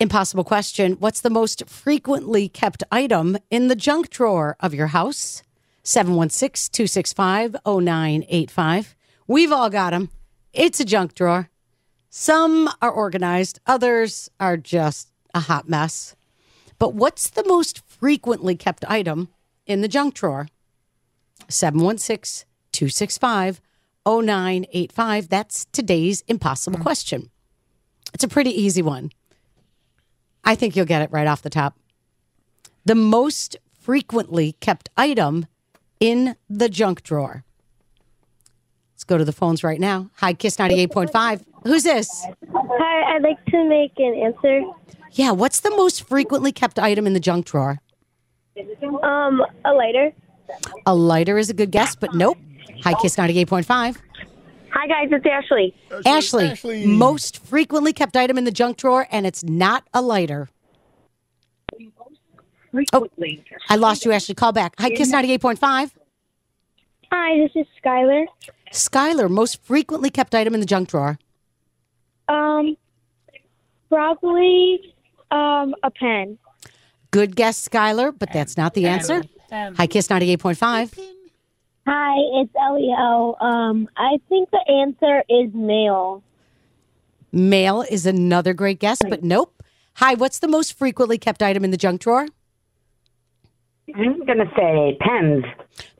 Impossible question. What's the most frequently kept item in the junk drawer of your house? 716 265 0985. We've all got them. It's a junk drawer. Some are organized, others are just a hot mess. But what's the most frequently kept item in the junk drawer? 716 265 0985. That's today's impossible question. It's a pretty easy one. I think you'll get it right off the top. The most frequently kept item in the junk drawer. Let's go to the phones right now. Hi, Kiss 98.5. Who's this? Hi, I'd like to make an answer. Yeah, what's the most frequently kept item in the junk drawer? Um, a lighter. A lighter is a good guess, but nope. Hi, Kiss 98.5. Hi, guys, it's Ashley. Ashley, most frequently kept item in the junk drawer, and it's not a lighter. Oh, I lost you, Ashley. Call back. Hi, Kiss 98.5. Hi, this is Skylar. Skylar, most frequently kept item in the junk drawer. Um, probably um a pen. Good guess, Skylar, but that's not the answer. Hi, Kiss 98.5. Hi, it's Leo. Um, I think the answer is mail. Mail is another great guess, but nope. Hi, what's the most frequently kept item in the junk drawer? I'm going to say pens.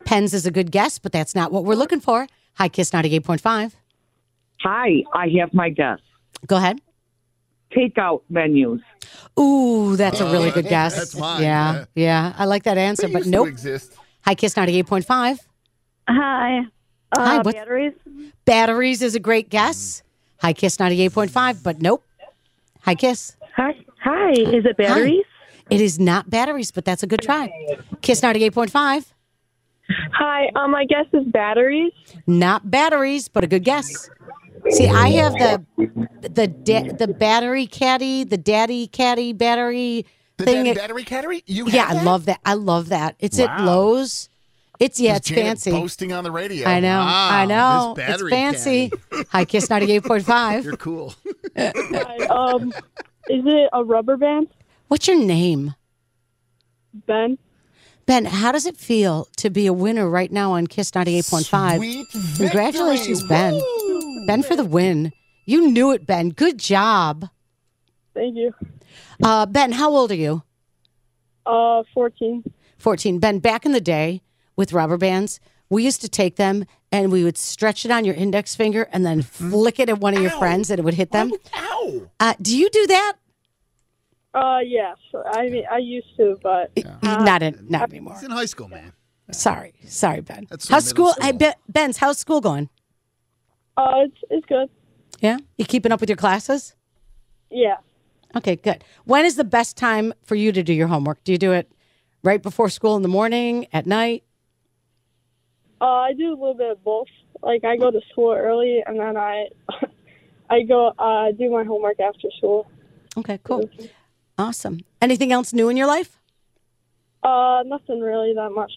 Pens is a good guess, but that's not what we're looking for. Hi, Kiss 98.5. Hi, I have my guess. Go ahead. Takeout menus. Ooh, that's a really good guess. Oh, that's mine, Yeah, yeah, yeah. I like that answer, They but used to nope. exist. Hi, Kiss 98.5. Hi. Uh, Hi, what's- batteries. Batteries is a great guess. Hi, Kiss 98.5, but nope. Hi, Kiss. Hi. Hi, is it batteries? It is not batteries, but that's a good try. Kiss 98.5. Hi, um, my guess is batteries. Not batteries, but a good guess. See, I have the the da- the battery caddy, the daddy caddy battery The thing. daddy battery cattery? You yeah, have I that? love that. I love that. It's at Wow. Lowe's. It's yeah, Is it's Janet fancy. Posting on the radio. I know. Wow, I this know. It's battery fancy. caddy. Hi, Kiss ninety eight point five. You're cool. um, is it a rubber band? What's your name, Ben. Ben? How does it feel to be a winner right now on Kiss ninety eight point five? Sweet Congratulations, victory. Ben. Ben for the win. You knew it, Ben. Good job, Thank you. uh, Ben. How old are you? Uh, fourteen. 14. Ben, back in the day with rubber bands, we used to take them and we would stretch it on your index finger and then Mm-hmm. flick it at one of your friends and it would hit them. Ow. Uh, do you do that? Uh, yes. I mean, I used to, but not Uh, in, not anymore. He's in high school, man. Sorry. Sorry, Ben. That's how's middle school? I school. bet Ben's, how's school going? uh, it's it's good. Yeah. You keeping up with your classes? Yeah. Okay, good. When is the best time for you to do your homework? Do you do it right before school in the morning, at night? Uh, I do a little bit of both. Like I go to school early, and then I, I go uh, do my homework after school. Okay, cool. Awesome. Anything else new in your life? Uh, nothing really that much.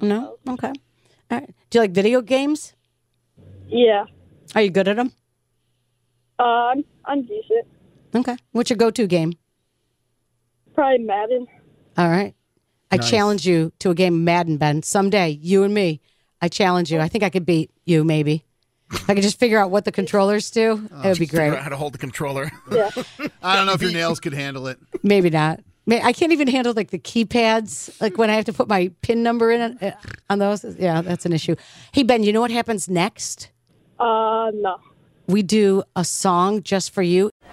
No? Okay. All right. Do you like video games? Yeah. Are you good at them? Uh, I'm I'm decent. Okay. What's your go-to game? Probably Madden. All right. I challenge you to a game of Madden, Ben. Someday, you and me. I challenge you. I think I could beat you, maybe. If I could just figure out what the controllers do, it would be Oh, Figure great. out how to hold the controller. Yeah. I don't know if your nails could handle it. Maybe not. May- I can't even handle like the keypads. Like when I have to put my pin number in on- uh, on those. Yeah, that's an issue. Hey Ben, you know what happens next? Uh, no. We do a song just for you.